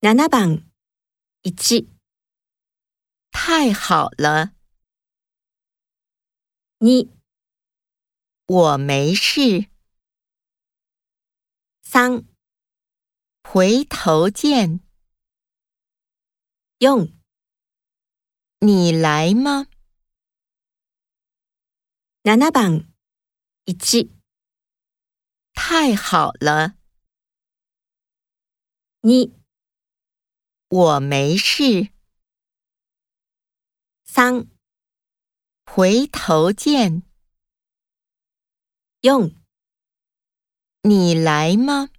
7番1、太好了， 2、我没事， 3、回头见。 4。你来吗？ 7番1、太好了， 2、我没事， 3、回头见。 4。你来吗？